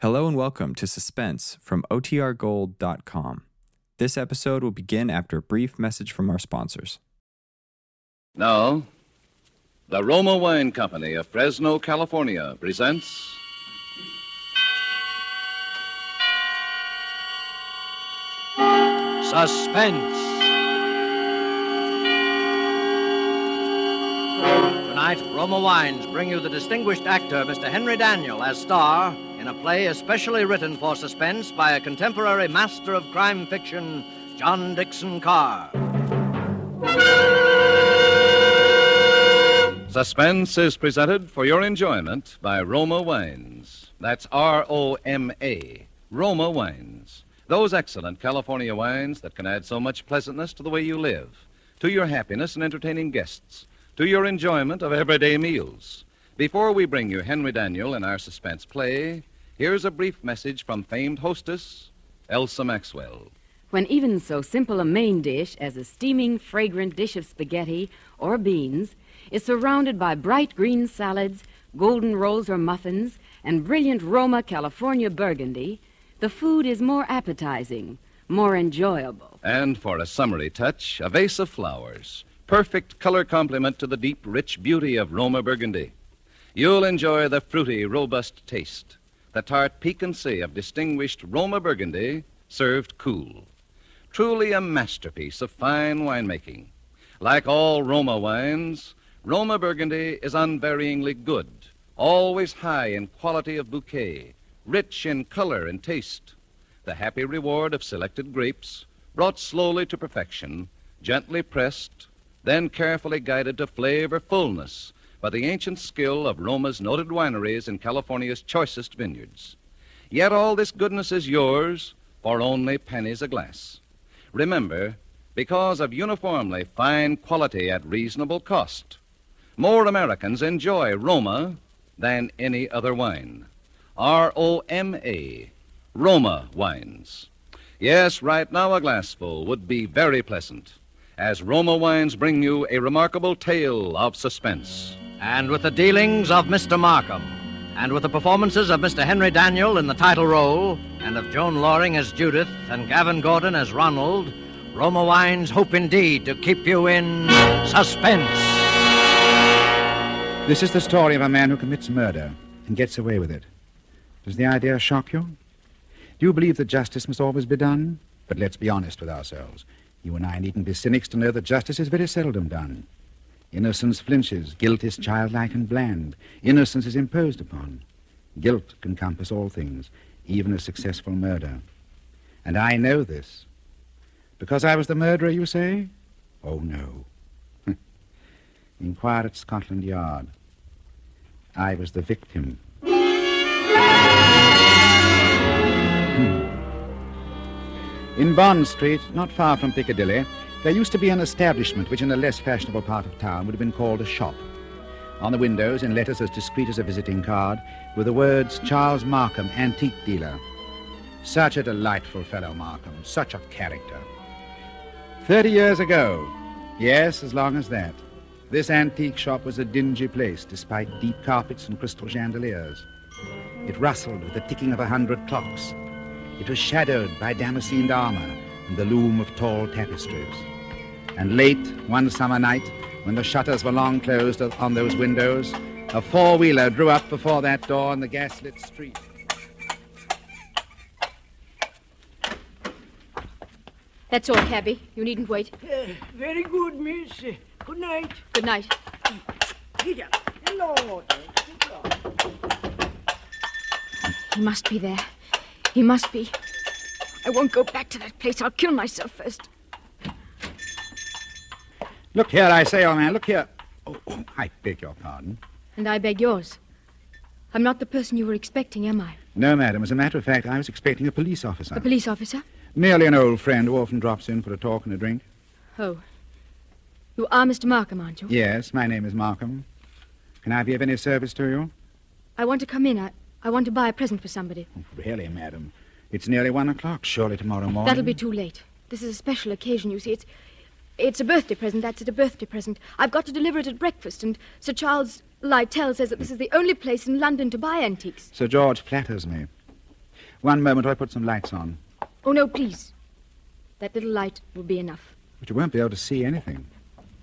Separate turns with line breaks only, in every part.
Hello and welcome to Suspense from OTRGold.com. This episode will begin after a brief message from our sponsors.
Now, the Roma Wine Company of Fresno, California presents.
Suspense. Tonight, Roma Wines bring you the distinguished actor, Mr. Henry Daniel, as star in a play especially written for suspense by a contemporary master of crime fiction, John Dixon Carr.
Suspense is presented for your enjoyment by Roma Wines. That's R O M A, Roma Wines. Those excellent California wines that can add so much pleasantness to the way you live, to your happiness in entertaining guests, to your enjoyment of everyday meals. Before we bring you Henry Daniel in our suspense play, here's a brief message from famed hostess Elsa Maxwell.
When even so simple a main dish as a steaming, fragrant dish of spaghetti or beans is surrounded by bright green salads, golden rolls or muffins, and brilliant Roma California burgundy, the food is more appetizing, more enjoyable.
And for a summery touch, a vase of flowers. Perfect color complement to the deep, rich beauty of Roma Burgundy. You'll enjoy the fruity, robust taste, the tart piquancy of distinguished Roma Burgundy served cool. Truly a masterpiece of fine winemaking. Like all Roma wines, Roma Burgundy is unvaryingly good, always high in quality of bouquet, rich in color and taste. The happy reward of selected grapes, brought slowly to perfection, gently pressed, then carefully guided to flavor fullness by the ancient skill of Roma's noted wineries in California's choicest vineyards. Yet all this goodness is yours for only pennies a glass. Remember, because of uniformly fine quality at reasonable cost, more Americans enjoy Roma than any other wine. R O M A, Roma wines. Yes, right now a glassful would be very pleasant, as Roma wines bring you a remarkable tale of suspense.
And with the dealings of Mr. Markham, and with the performances of Mr. Henry Daniel in the title role, and of Joan Loring as Judith, and Gavin Gordon as Ronald, Roma Wines hope indeed to keep you in suspense.
This is the story of a man who commits murder and gets away with it. Does the idea shock you? Do you believe that justice must always be done? But let's be honest with ourselves. You and I needn't be cynics to know that justice is very seldom done. Innocence flinches, guilt is childlike and bland, innocence is imposed upon. Guilt can compass all things, even a successful murder. And I know this. Because I was the murderer, you say? Oh, no. Inquire at Scotland Yard. I was the victim. In Bond Street, not far from Piccadilly, there used to be an establishment which, in a less fashionable part of town, would have been called a shop. On the windows, in letters as discreet as a visiting card, were the words Charles Markham, antique dealer. Such a delightful fellow, Markham, such a character. Thirty years ago, yes, as long as that, this antique shop was a dingy place despite deep carpets and crystal chandeliers. It rustled with the ticking of a hundred clocks. It was shadowed by damascened armor and the loom of tall tapestries. And late, one summer night, when the shutters were long closed on those windows, a four-wheeler drew up before that door in the gaslit street.
That's all, cabby. You needn't wait.
Uh, very good, miss. Uh, Good night.
Good night.
Get up. Lord. Sit down.
He must be there. He must be. I won't go back to that place. I'll kill myself first.
Look here, I say, old man, look here. Oh, oh, I beg your pardon.
And I beg yours. I'm not the person you were expecting, am I?
No, madam. As a matter of fact, I was expecting a police officer.
A police officer?
Merely an old friend who often drops in for a talk and a drink.
Oh. You are Mr. Markham, aren't you?
Yes, my name is Markham. Can I be of any service to you?
I want to come in. I, I want to buy a present for somebody.
Oh, Really, madam. It's nearly one o'clock. Surely tomorrow morning.
That'll be too late. This is a special occasion, you see. It's it's a birthday present. That's it, a birthday present. I've got to deliver it at breakfast, and Sir Charles Lytell says that this is the only place in London to buy antiques.
Sir George flatters me. One moment, I put some lights on.
Oh, no, please. That little light will be enough.
But you won't be able to see anything.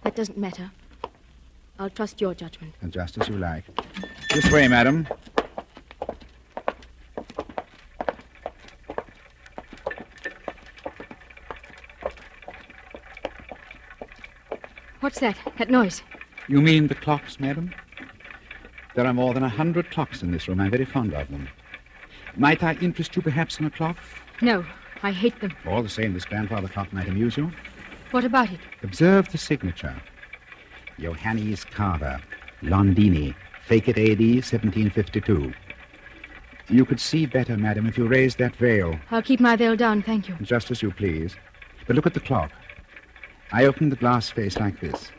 That doesn't matter. I'll trust your judgment.
And just as you like. This way, madam.
What's that? That noise?
You mean the clocks, madam? There are more than a hundred clocks in this room. I'm very fond of them. Might I interest you perhaps in a clock?
No, I hate them.
All the same, this grandfather clock might amuse you.
What about it?
Observe the signature. Johannes Carver, Londini, Facet AD 1752. You could see better, madam, if you raised that veil,
I'll keep my veil down, thank you.
just as you please. But look at the clock. I open the glass face like this.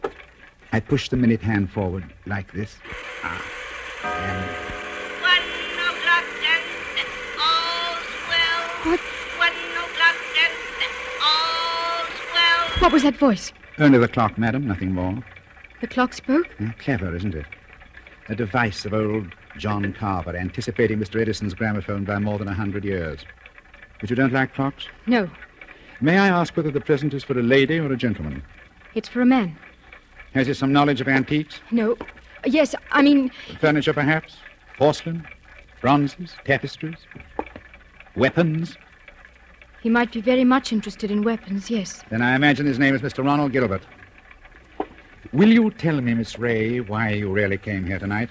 I push the minute hand forward like this.
One o'clock then, all's well.
What?
One o'clock then, all's well.
What was that voice?
Only the clock, madam, nothing more.
The clock spoke?
Hmm, Clever, isn't it? A device of old John Carver, anticipating Mr. Edison's gramophone by more than a hundred years. But you don't like clocks?
No,
May I ask whether the present is for a lady or a gentleman?
it's for a man.
Has he some knowledge of antiques?
No. Yes, I mean,
Furniture, perhaps? Porcelain? Bronzes? Tapestries? Weapons?
he might be very much interested in weapons, yes.
Then I imagine his name is Mr. Ronald Gilbert. Will you tell me, Miss Ray, why you really came here tonight?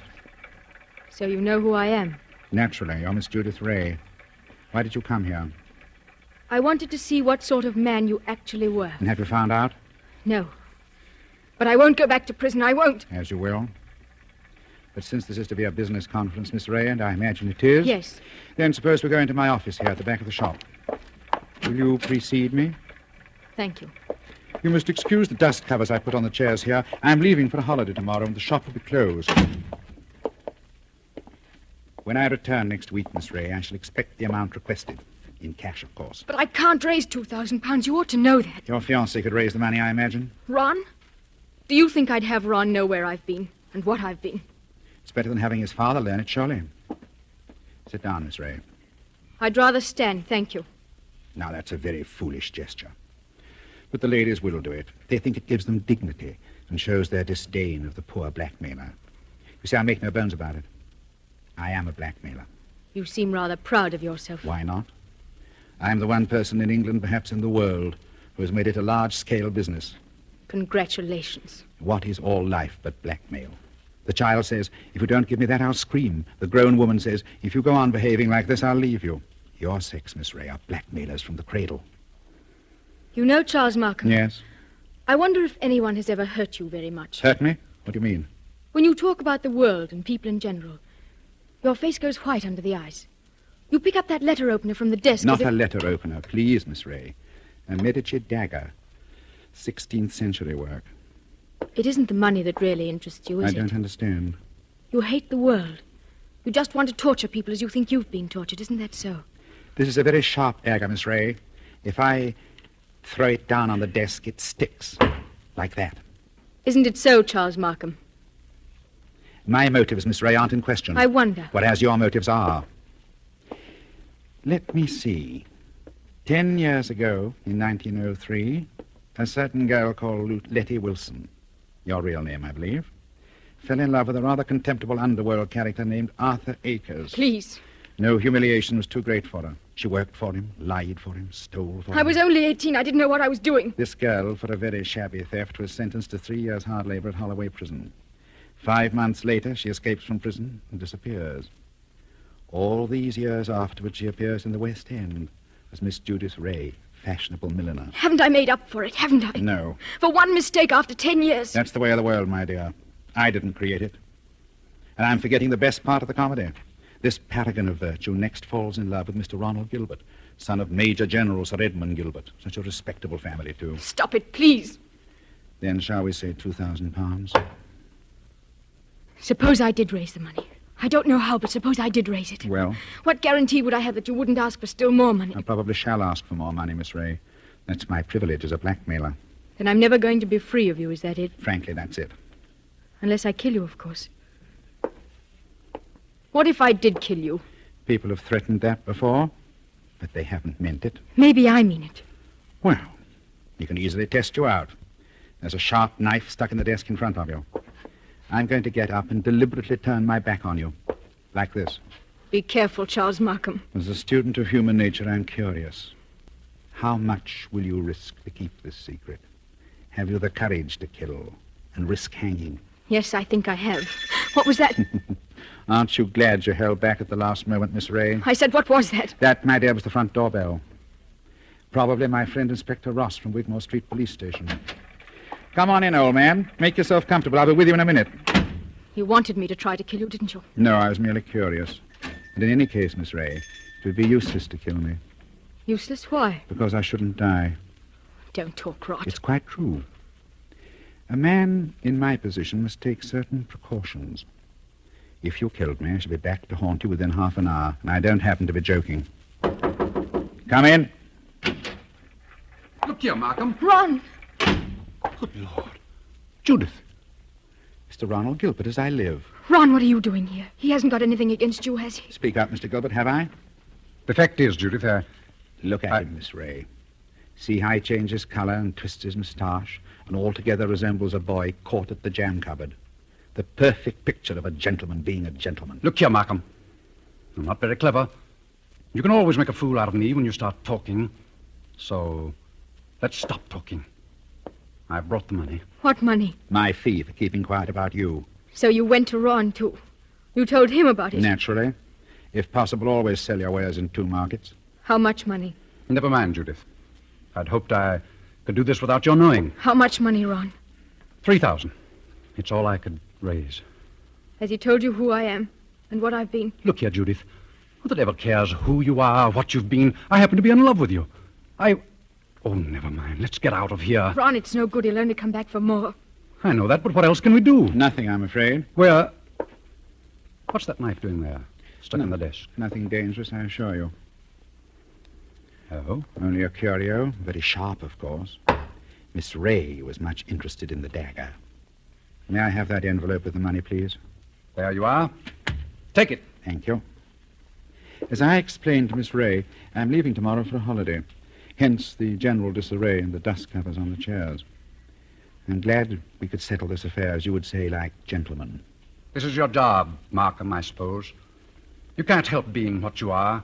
So you know who I am.
Naturally, you're Miss Judith Ray. Why did you come here?
I wanted to see what sort of man you actually were.
And have you found out?
No. But I won't go back to prison, I won't.
As you will. But since this is to be a business conference, Miss Ray, and I imagine it is.
Yes.
Then suppose we go into my office here at the back of the shop. Will you precede me?
Thank you.
You must excuse the dust covers I put on the chairs here. I'm leaving for a holiday tomorrow, and the shop will be closed. When I return next week, Miss Ray, I shall expect the amount requested. In cash, of course.
But I can't raise 2,000 pounds. You ought to know that.
Your fiancé could raise the money, I imagine.
Ron? Do you think I'd have Ron know where I've been and what I've been?
It's better than having his father learn it, surely. Sit down, Miss Ray.
I'd rather stand, thank you.
Now, that's a very foolish gesture. But the ladies will do it. They think it gives them dignity and shows their disdain of the poor blackmailer. You see, I make no bones about it. I am a blackmailer.
You seem rather proud of yourself.
Why not? I am the one person in England, perhaps in the world, who has made it a large scale business.
Congratulations.
What is all life but blackmail? The child says, If you don't give me that, I'll scream. The grown woman says, If you go on behaving like this, I'll leave you. Your sex, Miss Ray, are blackmailers from the cradle.
You know Charles Markham.
Yes.
I wonder if anyone has ever hurt you very much.
Hurt me? What do you mean?
When you talk about the world and people in general, your face goes white under the eyes. You pick up that letter opener from the desk.
Not a
as if-
letter opener, please, Miss Ray. A Medici dagger. 16th century work.
It isn't the money that really interests you,
I
is it?
don't understand.
You hate the world. You just want to torture people as you think you've been tortured, isn't that so?
This is a very sharp dagger, Miss Ray. If I throw it down on the desk, it sticks. Like that.
Isn't it so, Charles Markham?
My motives, Miss Ray, aren't in question.
I wonder.
Whereas your motives are. Let me see. Ten years ago, in 1903, a certain girl called Lu- Letty Wilson, your real name, I believe, fell in love with a rather contemptible underworld character named Arthur Akers.
Please.
No humiliation was too great for her. She worked for him, lied for him, stole for him.
I was only 18. I didn't know what I was doing.
This girl, for a very shabby theft, was sentenced to three years hard labor at Holloway Prison. Five months later, she escapes from prison and disappears. All these years afterward, she appears in the West End as Miss Judith Ray, fashionable milliner.
Haven't I made up for it, haven't I?
No,
For one mistake after 10 years.
that's the way of the world, my dear. I didn't create it. And I'm forgetting the best part of the comedy. This paragon of virtue next falls in love with Mr. Ronald Gilbert, son of Major General Sir Edmund Gilbert. Such a respectable family, too.
Stop it, please.
Then, shall we say, 2,000 pounds?
Suppose I did raise the money. I don't know how, but suppose I did raise it.
Well? Um-
What guarantee would I have that you wouldn't ask for still more money?
I probably shall ask for more money, Miss Ray. That's my privilege as a blackmailer.
Then I'm never going to be free of you, is that it?
Frankly, that's it.
Unless I kill you, of course. What if I did kill you?
People have threatened that before. that they haven't meant it.
Maybe I mean it.
Well, you can easily test you out. There's a sharp knife stuck in the desk in front of you. I'm going to get up and deliberately turn my back on you. Like this.
Be careful, Charles Markham.
As a student of human nature, I'm curious. How much will you risk to keep this secret? Have you the courage to kill and risk hanging?
Yes, I think I have. What was that?
Aren't you glad you held back at the last moment, Miss Ray?
I said, what was that?
That, my dear, was the front doorbell. Probably my friend Inspector Ross from Wigmore Street Police Station. Come on in, old man. Make yourself comfortable. I'll be with you in a minute.
You wanted me to try to kill you, didn't you?
No, I was merely curious. And in any case, Miss Ray, it would be useless to kill me
Useless? Why?
because I shouldn't die.
Don't talk rot.
It's quite true. A man in my position must take certain precautions. If you killed me, I should be back to haunt you within half an hour, and I don't happen to be joking. Come in.
Look here, Markham.
Ron!
Good Lord. Judith. Mr. Ronald Gilbert, as I live.
Ron, what are you doing here? He hasn't got anything against you, has he?
Speak up, Mr. Gilbert, have I?
The fact is, Judith, I...
Look at
I-
him, Miss Ray. See how he changes color and twists his moustache, and altogether resembles a boy caught at the jam cupboard. The perfect picture of a gentleman being a gentleman.
Look here, Markham. I'm not very clever. You can always make a fool out of me when you start talking. So, let's stop talking. I've brought the money.
What money?
My fee for keeping quiet about you.
So you went to Ron, too. You told him about it.
Naturally. If possible, always sell your wares in two markets.
How much money?
Never mind, Judith. I'd hoped I could do this without your knowing.
How much money, Ron?
Three thousand. It's all I could raise.
Has he told you who I am and what I've been?
Look here, Judith. Who the devil cares who you are, what you've been? I happen to be in love with you. I. Oh, never mind. Let's get out of here.
Ron, it's no good. He'll only come back for more.
I know that, but what else can we do?
Nothing, I'm afraid.
Where. What's that knife doing there? Stuck in the
No.
desk.
Nothing dangerous, I assure you.
Oh?
Only a curio. Very sharp, of course. Miss Ray was much interested in the dagger. May I have that envelope with the money, please?
There you are. Take it.
Thank you. As I explained to Miss Ray, I'm leaving tomorrow for a holiday. Hence the general disarray and the dust covers on the chairs. I'm glad we could settle this affair, as you would say, like gentlemen.
This is your job, Markham, I suppose. You can't help being what you are.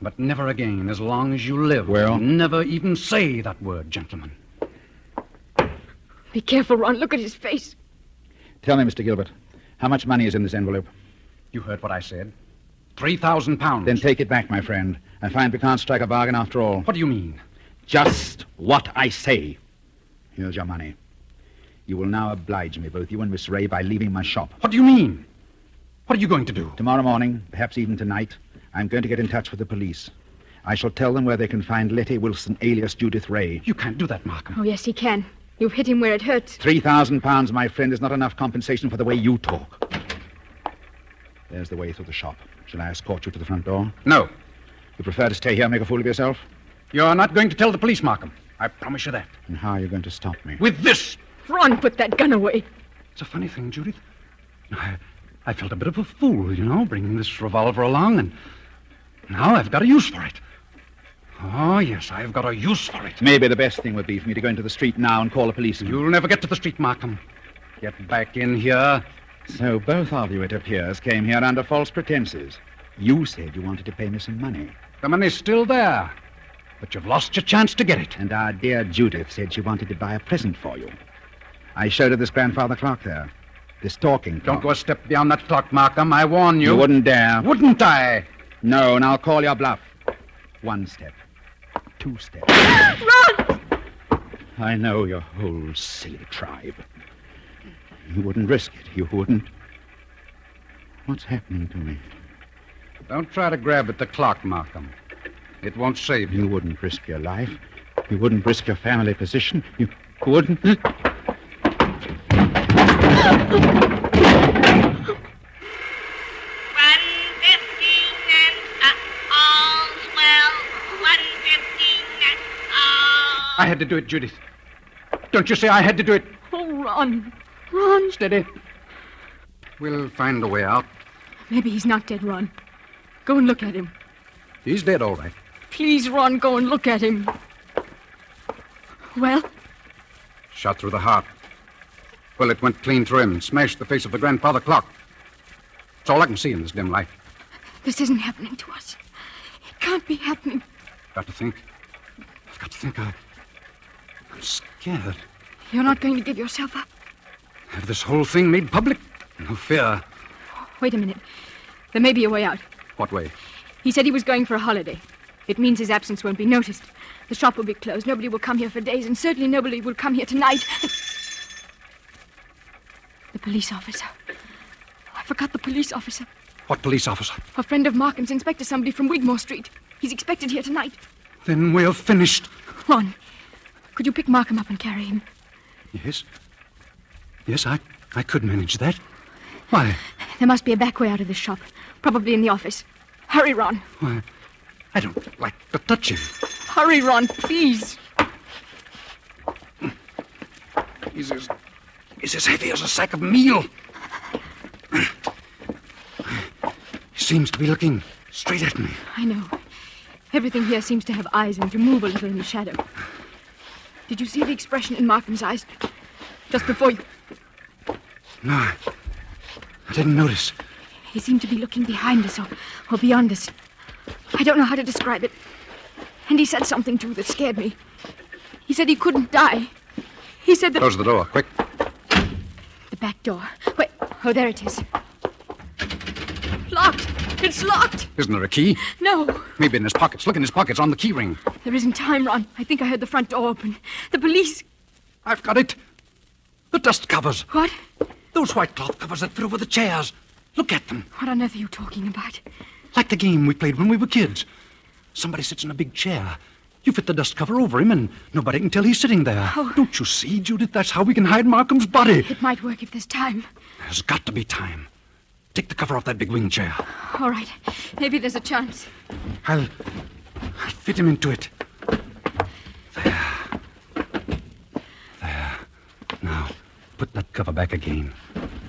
But never again, as long as you live.
Well?
Never even say that word, gentlemen.
Be careful, Ron. Look at his face.
Tell me, Mr. Gilbert, how much money is in this envelope?
You heard what I said. Three thousand pounds.
Then take it back, my friend. I find we can't strike a bargain after all.
What do you mean?
Just what I say. Here's your money. You will now oblige me, both you and Miss Ray, by leaving my shop.
What do you mean? What are you going to do?
Tomorrow morning, perhaps even tonight, I'm going to get in touch with the police. I shall tell them where they can find Letty Wilson, alias Judith Ray.
You can't do that, Markham.
Oh, yes, he can. You've hit him where it hurts.
Three thousand pounds, my friend, is not enough compensation for the way you talk. There's the way through the shop. Shall I escort you to the front door?
No.
You prefer to stay here and make a fool of yourself?
You're not going to tell the police, Markham. I promise you that.
And how are you going to stop me?
With this.
Ron, put that gun away.
It's a funny thing, Judith. I, I felt a bit of a fool, you know, bringing this revolver along, and now I've got a use for it. Oh, yes, I've got a use for it.
Maybe the best thing would be for me to go into the street now and call the police.
You'll never get to the street, Markham. Get back in here.
So both of you, it appears, came here under false pretenses. You said you wanted to pay me some money,
The money's still there, but you've lost your chance to get it.
and our dear Judith said she wanted to buy a present for you. I showed her this grandfather clock there, this talking
Don't
clock.
go a step beyond that clock, Markham. I warn you.
You wouldn't dare.
Wouldn't I?
No, and I'll call your bluff. One step, two steps. I know your whole silly tribe. You wouldn't risk it. You wouldn't. What's happening to me?
Don't try to grab at the clock, Markham. It won't save you.
You wouldn't risk your life. You wouldn't risk your family position. You wouldn't. Look
One fifteen and uh, all's well. One fifteen uh, and all.
I had to do it, Judith. Don't you see I had to do it?
Oh, Ron. Ron.
Steady. We'll find a way out.
Maybe he's not dead, Ron. Go and look at him.
He's dead, all right.
Please, Ron, go and look at him. Well,
Shot through the heart. Bullet went clean through him and smashed the face of the grandfather clock. That's all I can see in this dim light.
this isn't happening to us. It can't be happening.
Got to think. I've got to think. I... I'm scared.
You're not going to give yourself up.
Have this whole thing made public? No fear.
Wait a minute. There may be a way out.
What way?
He said he was going for a holiday. It means his absence won't be noticed. The shop will be closed. Nobody will come here for days, and certainly nobody will come here tonight. The police officer. I forgot the police officer.
What police officer?
A friend of Markham's, Inspector somebody from Wigmore Street. He's expected here tonight.
Then we're finished.
Ron, could you pick Markham up and carry him?
Yes. Yes, I, I could manage that. Why?
There must be a back way out of this shop. Probably in the office. Hurry, Ron.
Why? I don't like to touch him.
Hurry, Ron, please.
He's as, he's as heavy as a sack of meal. He seems to be looking straight at me.
I know. Everything here seems to have eyes and to move a little in the shadow. Did you see the expression in Markham's eyes? Just before you.
No, I I didn't notice.
He seemed to be looking behind us or, or beyond us. I don't know how to describe it. And he said something, too, that scared me. He said he couldn't die. He said that.
Close the door, quick.
The back door. Wait. Oh, there it is. Locked. It's locked.
Isn't there a key?
No.
Maybe in his pockets. Look in his pockets on the key ring.
There isn't time, Ron. I think I heard the front door open. The police.
I've got it. The dust covers.
What?
Those white cloth covers that fit over the chairs. Look at them.
What on earth are you talking about?
Like the game we played when we were kids. Somebody sits in a big chair. You fit the dust cover over him, and nobody can tell he's sitting there.
Oh.
Don't you see, Judith? That's how we can hide Markham's body.
It might work if there's time.
There's got to be time. Take the cover off that big wing chair.
All right. Maybe there's a chance.
I'll, I'll fit him into it. There. There. Now, put that cover back again.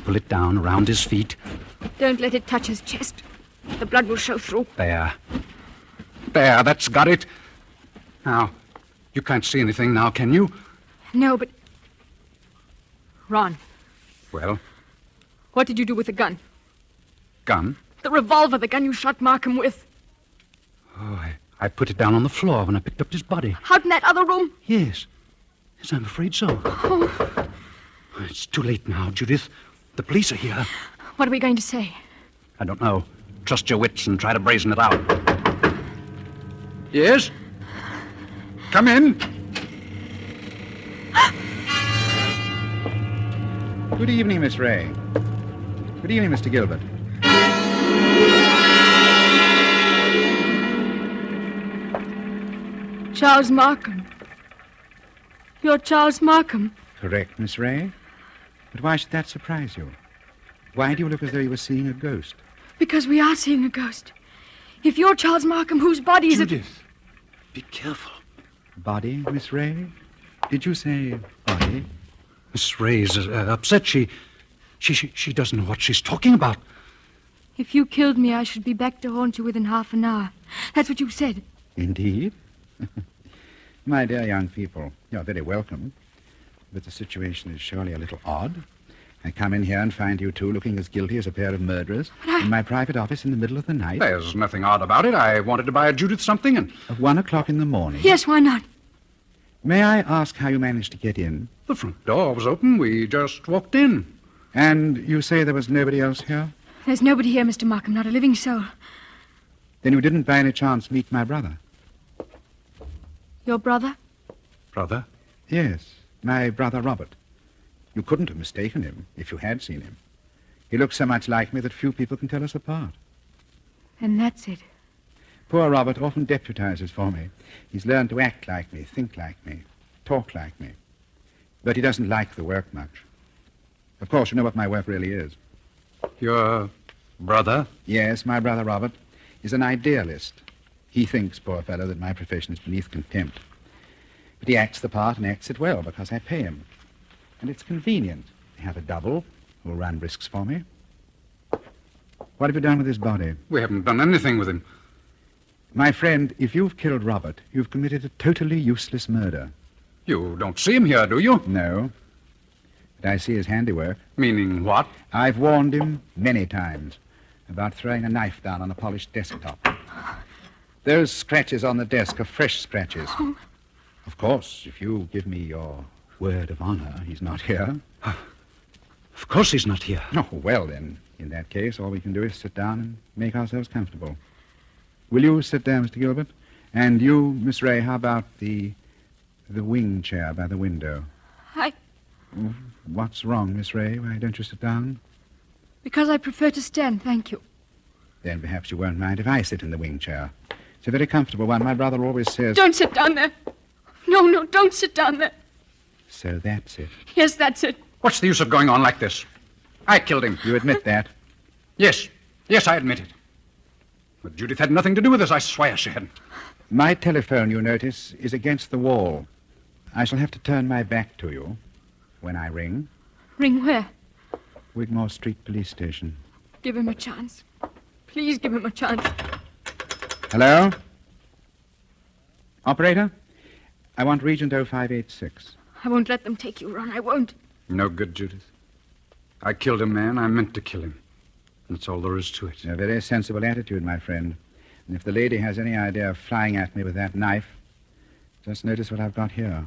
Pull it down around his feet.
Don't let it touch his chest. The blood will show through.
There. There, that's got it. Now, you can't see anything now, can you?
No, but. Ron,
Well,
what did you do with the gun?
gun.
The revolver, the gun you shot Markham with.
Oh, I, I put it down on the floor when I picked up his body.
Out in that other room?
Yes. Yes, I'm afraid so.
Oh,
It's too late now, Judith. The police are here.
what are we going to say?
I don't know. Trust your wits and try to brazen it out. Yes? Come in.
Good evening, Miss Ray. Good evening, Mr. Gilbert.
Charles Markham. You're Charles Markham.
Correct, Miss Ray. But why should that surprise you? Why do you look as though you were seeing a ghost?
Because we are seeing a ghost. If you're Charles Markham, whose body is it?
Judith, be careful.
Body, Miss Ray? Did you say body?
Miss Ray's uh, upset. She, she, she, she doesn't know what she's talking about.
If you killed me, I should be back to haunt you within half an hour. That's what you said.
Indeed. My dear young people, you're very welcome. But the situation is surely a little odd. I come in here and find you two looking as guilty as a pair of murderers in my private office in the middle of the night.
There's nothing odd about it. I wanted to buy Judith something, and
At one o'clock in the morning.
Yes, why not?
May I ask how you managed to get in?
the front door was open. We just walked in.
And you say there was nobody else here?
There's nobody here, Mr. Markham, not a living soul.
Then you didn't by any chance meet my brother?
Your brother?
Brother?
Yes, my brother Robert. You couldn't have mistaken him if you had seen him. He looks so much like me that few people can tell us apart.
And that's it.
Poor Robert often deputizes for me. He's learned to act like me, think like me, talk like me. But he doesn't like the work much. Of course, you know what my work really is.
Your brother?
Yes, my brother Robert is an idealist. He thinks, poor fellow, that my profession is beneath contempt. But he acts the part and acts it well because I pay him. And it's convenient. I have a double who'll run risks for me. What have you done with his body?
We haven't done anything with him.
My friend, if you've killed Robert, you've committed a totally useless murder.
You don't see him here, do you?
No. But I see his handiwork.
Meaning what?
I've warned him many times about throwing a knife down on a polished desktop. Those scratches on the desk are fresh scratches. Of course, if you give me your word of honor, he's not here.
Of course he's not here.
Oh, well, then, in that case, all we can do is sit down and make ourselves comfortable. Will you sit down, Mr. Gilbert? And you, Miss Ray, how about the the wing chair by the window?
I.
What's wrong, Miss Ray? Why don't you sit down?
because I prefer to stand, thank you.
Then perhaps you won't mind if I sit in the wing chair. It's a very comfortable one. My brother always says.
Don't sit down there. No, no, don't sit down there.
So that's it.
Yes, that's it.
What's the use of going on like this? I killed him.
You admit that?
Yes. Yes, I admit it. But Judith had nothing to do with this, I swear she hadn't.
My telephone, you notice, is against the wall. I shall have to turn my back to you when I ring.
Ring where?
Wigmore Street Police Station.
Give him a chance. Please give him a chance.
Hello? Operator? I want Regent 0586.
I won't let them take you, Ron. I won't.
No good, Judith. I killed a man. I meant to kill him. That's all there is to it.
A very sensible attitude, my friend. And if the lady has any idea of flying at me with that knife, just notice what I've got here.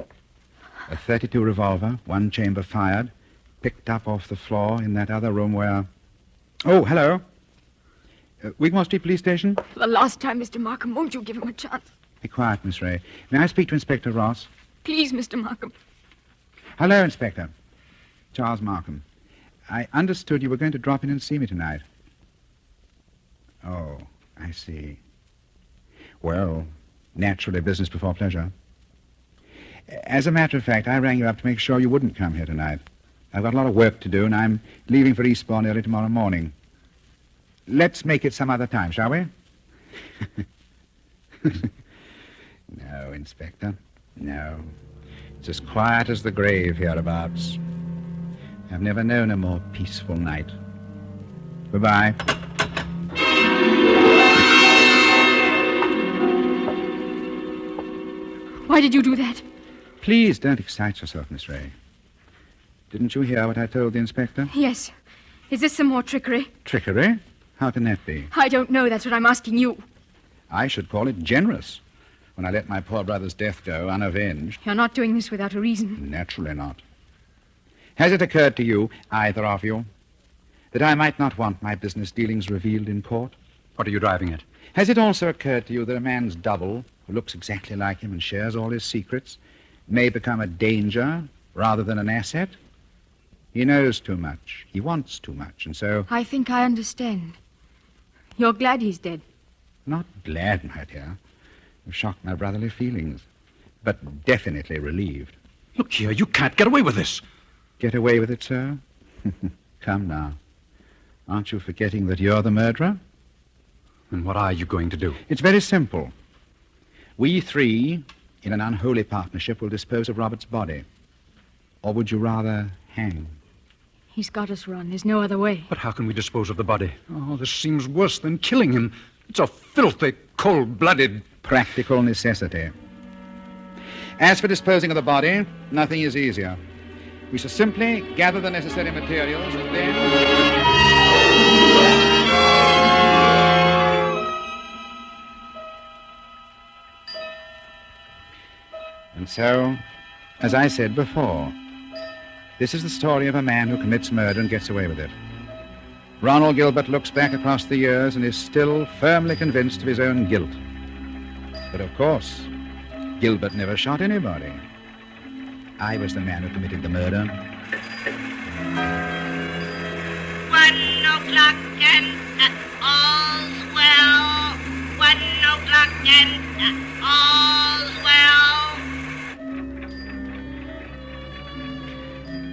A 32 revolver, one chamber fired, picked up off the floor in that other room where... Oh, hello. Uh, Wigmore Street Police Station?
For the last time, Mr. Markham, won't you give him a chance?
Be quiet, Miss Ray. May I speak to Inspector Ross?
Please, Mr. Markham.
Hello, Inspector. Charles Markham. I understood you were going to drop in and see me tonight. Oh, I see. Well, naturally, business before pleasure. As a matter of fact, I rang you up to make sure you wouldn't come here tonight. I've got a lot of work to do, and I'm leaving for Eastbourne early tomorrow morning. Let's make it some other time, shall we? no, Inspector. No. It's as quiet as the grave hereabouts. I've never known a more peaceful night. Goodbye.
Why did you do that?
Please don't excite yourself, Miss Ray. Didn't you hear what I told the inspector?
Yes. Is this some more trickery?
Trickery? How can that be?
I don't know. That's what I'm asking you.
I should call it generous when I let my poor brother's death go unavenged.
You're not doing this without a reason.
Naturally not. Has it occurred to you, either of you, that I might not want my business dealings revealed in court?
What are you driving at?
Has it also occurred to you that a man's double, who looks exactly like him and shares all his secrets, may become a danger rather than an asset? He knows too much. He wants too much. And so,
I think I understand. You're glad he's dead.
not glad, my dear. You've shocked my brotherly feelings, but definitely relieved.
Look here, you can't get away with this.
Get away with it, sir? Come now. Aren't you forgetting that you're the murderer?
And what are you going to do?
It's very simple. We three, in an unholy partnership, will dispose of Robert's body. Or would you rather hang?
He's got us, Ron. There's no other way.
But how can we dispose of the body? Oh, this seems worse than killing him. It's a filthy, cold blooded.
Practical necessity. As for disposing of the body, nothing is easier. We shall simply gather the necessary materials and then. And so, as I said before, this is the story of a man who commits murder and gets away with it. Ronald Gilbert looks back across the years and is still firmly convinced of his own guilt. But of course, Gilbert never shot anybody. I was the man who committed the murder.
One o'clock and uh, all's well. One o'clock and uh, all's well.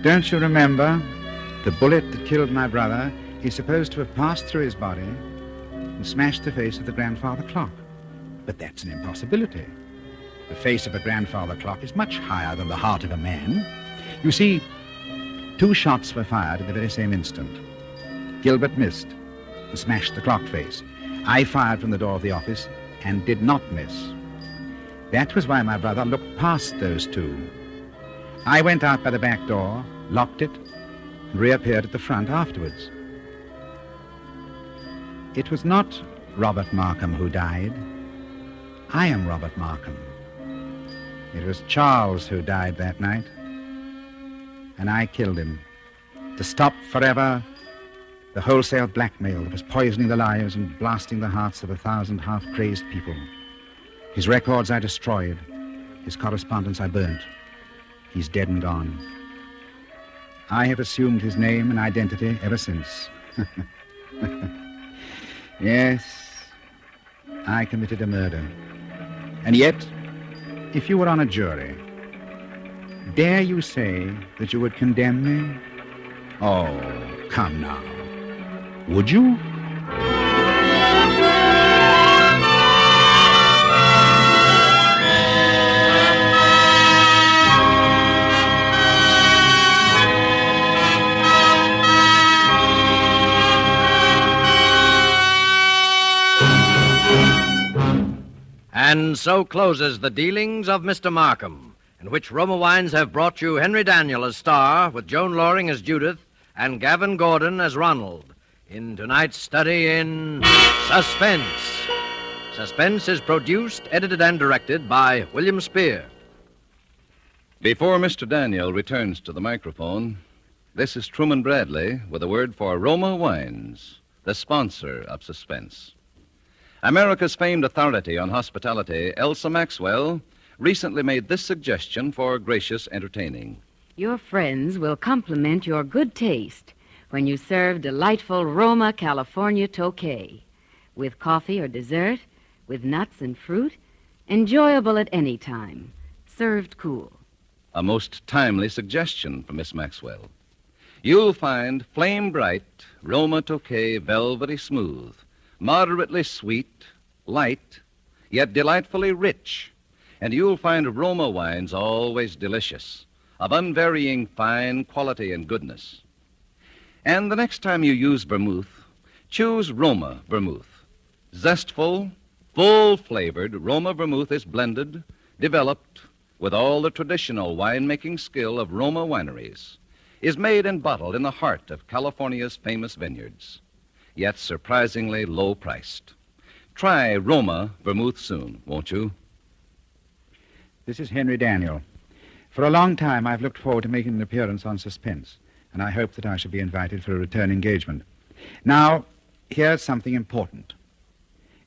Don't you remember? The bullet that killed my brother is supposed to have passed through his body and smashed the face of the grandfather clock. But that's an impossibility. The face of a grandfather clock is much higher than the heart of a man. You see, two shots were fired at the very same instant. Gilbert missed and smashed the clock face. I fired from the door of the office and did not miss. That was why my brother looked past those two. I went out by the back door, locked it, and reappeared at the front afterwards. It was not Robert Markham who died. I am Robert Markham. It was Charles who died that night. And I killed him to stop forever the wholesale blackmail that was poisoning the lives and blasting the hearts of a thousand half crazed people. His records I destroyed, his correspondence I burnt. He's dead and gone. I have assumed his name and identity ever since. yes, I committed a murder. And yet, if you were on a jury, dare you say that you would condemn me? Oh, come now. Would you?
And so closes the dealings of Mr. Markham, in which Roma Wines have brought you Henry Daniel as star, with Joan Loring as Judith, and Gavin Gordon as Ronald, in tonight's study in Suspense. Suspense is produced, edited, and directed by William Spear.
Before Mr. Daniel returns to the microphone, this is Truman Bradley with a word for Roma Wines, the sponsor of Suspense. America's famed authority on hospitality, Elsa Maxwell, recently made this suggestion for gracious entertaining.
Your friends will compliment your good taste when you serve delightful Roma California Tokay. With coffee or dessert, with nuts and fruit, enjoyable at any time, served cool.
A most timely suggestion for Miss Maxwell. You'll find flame bright, Roma Tokay velvety smooth, moderately sweet, light, yet delightfully rich. And you'll find Roma wines always delicious, of unvarying fine quality and goodness. And the next time you use vermouth, choose Roma vermouth. Zestful, full flavored Roma vermouth is blended, developed with all the traditional winemaking skill of Roma wineries, is made and bottled in the heart of California's famous vineyards yet surprisingly low priced. Try Roma vermouth soon, won't you?
This is Henry Daniel. For a long time, I've looked forward to making an appearance on Suspense, and I hope that I shall be invited for a return engagement. Now, here's something important.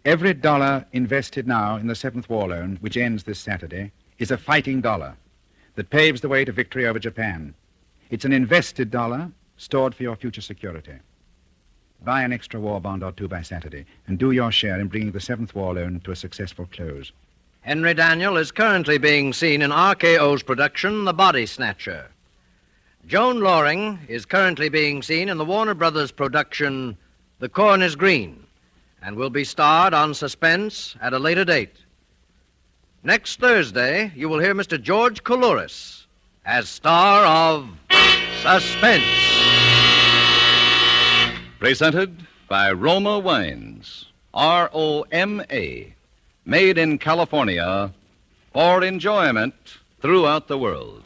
Every dollar invested now in the Seventh War Loan, which ends this Saturday, is a fighting dollar that paves the way to victory over Japan. It's an invested dollar stored for your future security. Buy an extra war bond or two by Saturday, and do your share in bringing the Seventh War Loan to a successful close.
Henry Daniel is currently being seen in RKO's production, The Body Snatcher. Joan Loring is currently being seen in the Warner Brothers production, The Coroner's Green, and will be starred on Suspense at a later date. Next Thursday, you will hear Mr. George Coloris as star of Suspense.
Presented by Roma Wines, R O M A, made in California for enjoyment throughout the world.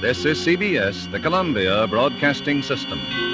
This is CBS, the Columbia Broadcasting System.